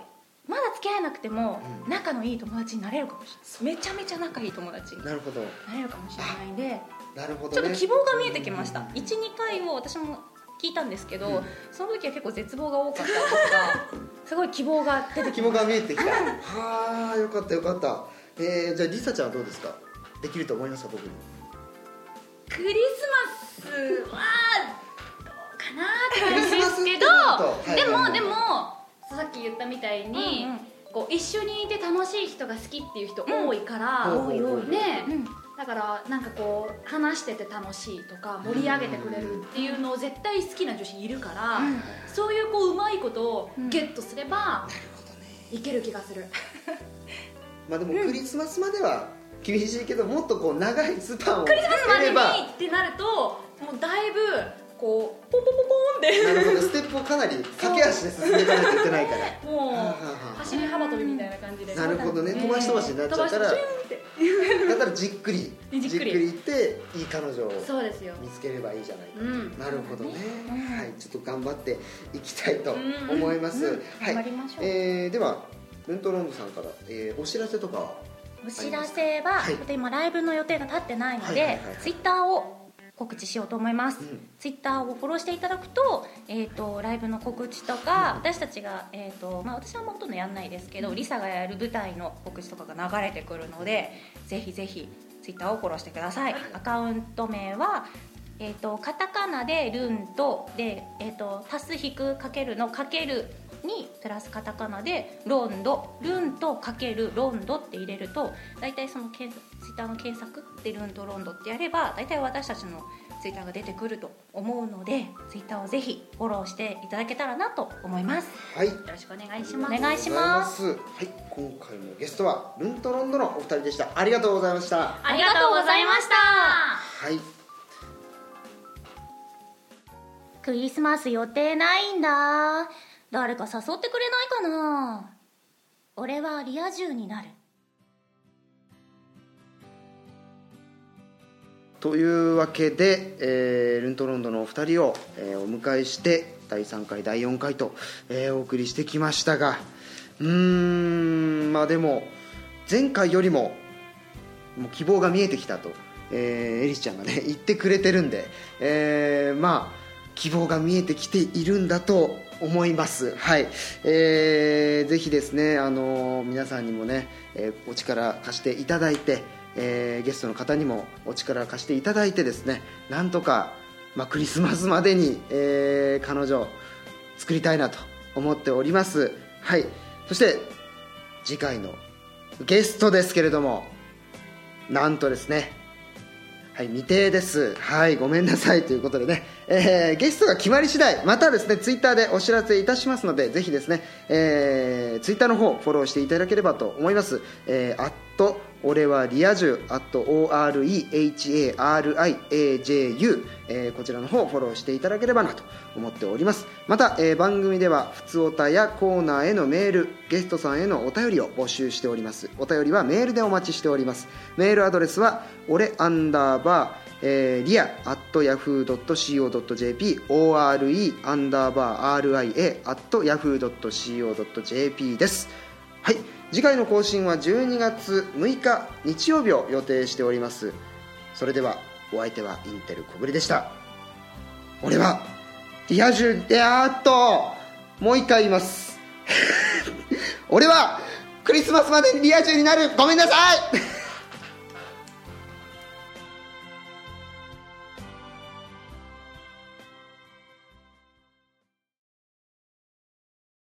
Speaker 3: まだ付き合えなくても
Speaker 1: うん
Speaker 3: 仲のいい友達になれるかもしれないめちゃめちゃ仲いい友達にな
Speaker 1: なるほど
Speaker 3: れるかもしれないんで
Speaker 1: なるほ
Speaker 3: ち
Speaker 1: ど、
Speaker 3: ょっ
Speaker 1: ね、
Speaker 3: と希望が見えてきました
Speaker 1: うんうんうん
Speaker 3: 12回を私も聞いたんですけど、
Speaker 1: うん
Speaker 3: その時は結構絶望が多かったとか すごい希望が出てき
Speaker 1: 肝が見えてきたはあよかったよかったえー、じゃあリサちゃんはどうですかできると思いますか僕に
Speaker 4: クリスマスはどうかなって感じで
Speaker 1: クリ
Speaker 4: すけど、
Speaker 1: スマスって
Speaker 4: で
Speaker 1: なるとは
Speaker 4: も
Speaker 1: い
Speaker 4: でもさっき言ったみたいに、
Speaker 3: うんうん
Speaker 4: こう一緒にいて楽しい人が好きっていう人多いから、
Speaker 1: うん多い多い
Speaker 4: ね、
Speaker 3: うん
Speaker 4: だからなんかこう話してて楽しいとか盛り上げてくれるっていうのを絶対好きな女子いるから、
Speaker 3: ん
Speaker 4: そういうこううまいことを
Speaker 3: うん
Speaker 4: ゲットすれば、いける気がする
Speaker 1: まあでもクリスマスまでは厳しいけどもっとこう長いスパンを
Speaker 4: クリスマスまで
Speaker 1: れば
Speaker 4: にってなるともうだいぶこうポンポンポンポンって
Speaker 1: なるほどステップをかなり駆け足で進んでいかないといけないから
Speaker 4: も
Speaker 1: はあは
Speaker 4: う走り幅跳びみたいな感じで
Speaker 1: なるほどね
Speaker 4: そう
Speaker 1: 飛ばし飛ばしになっちゃうから
Speaker 4: 飛ばしてシュンって
Speaker 1: だったらじっくり
Speaker 4: じっくり
Speaker 1: じっくりいっていい彼女を
Speaker 4: そうですよ
Speaker 1: 見つければいいじゃないかと、
Speaker 4: うん
Speaker 1: なるほどね、はいちょっと頑張っていきたいと思います、はい
Speaker 3: 頑張りましょう
Speaker 1: えーではムントロンドさんから、えーお知らせとかは
Speaker 3: お知らせは、
Speaker 1: はい
Speaker 3: ちょっと今ライブの予定が立ってない
Speaker 1: は
Speaker 3: ので、
Speaker 1: いはいはいはい
Speaker 3: ツイッターを告知しようと思います、
Speaker 1: うん
Speaker 3: ツイッターをフォローしていただくと,、えー、とライブの告知とか、私たちが、えーとまあ、私はもうほとんどやんないですけど、リサがやる舞台の告知とかが流れてくるのでぜひぜひツイッターをフォローしてください、アカウント名はえー、とカタカナで「ルンと」で、えー、と足す引くかけるのかけるにプラスカタカナで「ロンド」「ルンとかけるロンド」って入れると大体その検ツイッターの検索で「ルンとロンド」ってやれば大体私たちのツイッターが出てくると思うのでツイッターをぜひフォローしていただけたらなと思います
Speaker 1: はい
Speaker 4: よろしくお願いし
Speaker 3: お
Speaker 4: ます
Speaker 3: 願いします
Speaker 1: はい今回のゲストはルントロンドのお二人でしたありがとうございました
Speaker 4: ありがとうございました
Speaker 1: はい
Speaker 2: クリスマス予定ないんだ誰か誘ってくれないかな俺はリア充になる
Speaker 1: というわけで、えールントロンドのお二人を、えーお迎えして第3回第4回と、えーお送りしてきましたがうーんまあでも前回よりももう希望が見えてきたと、えー、エリスちゃんがね 言ってくれてるんで、えーまあ希望が見えてきているんだと思いますはい、えーぜひですねあのー皆さんにもね、えーお力貸していただいて、えーゲストの方にもお力貸していただいてですねなんとか、まあ、クリスマスまでに、えー彼女作りたいなと思っておりますはいそして次回のゲストですけれどもなんとですね、はい、未定です、はい、ごめんなさいということでね、えーゲストが決まり次第またですねツイッターでお知らせいたしますので、ぜひですね、えー、ツイッターの方フォローしていただければと思います。えー、あっと俺はリア充、あと OREHARIAJU、えーこちらの方フォローしていただければなと思っております。また、えー番組では、ふつおたやコーナーへのメール、ゲストさんへのお便りを募集しております。お便りはメールでお待ちしております。メールアドレスは、俺アンダーバー、えー、リアアットヤフー .co.jp ore アンダーバー ria アットヤフー .co.jp ですはい次回の更新は12月6日日曜日を予定しておりますそれではお相手はインテル小暮でした俺はリア充であーっともう一回言います俺はクリスマスまでにリア充になるごめんなさい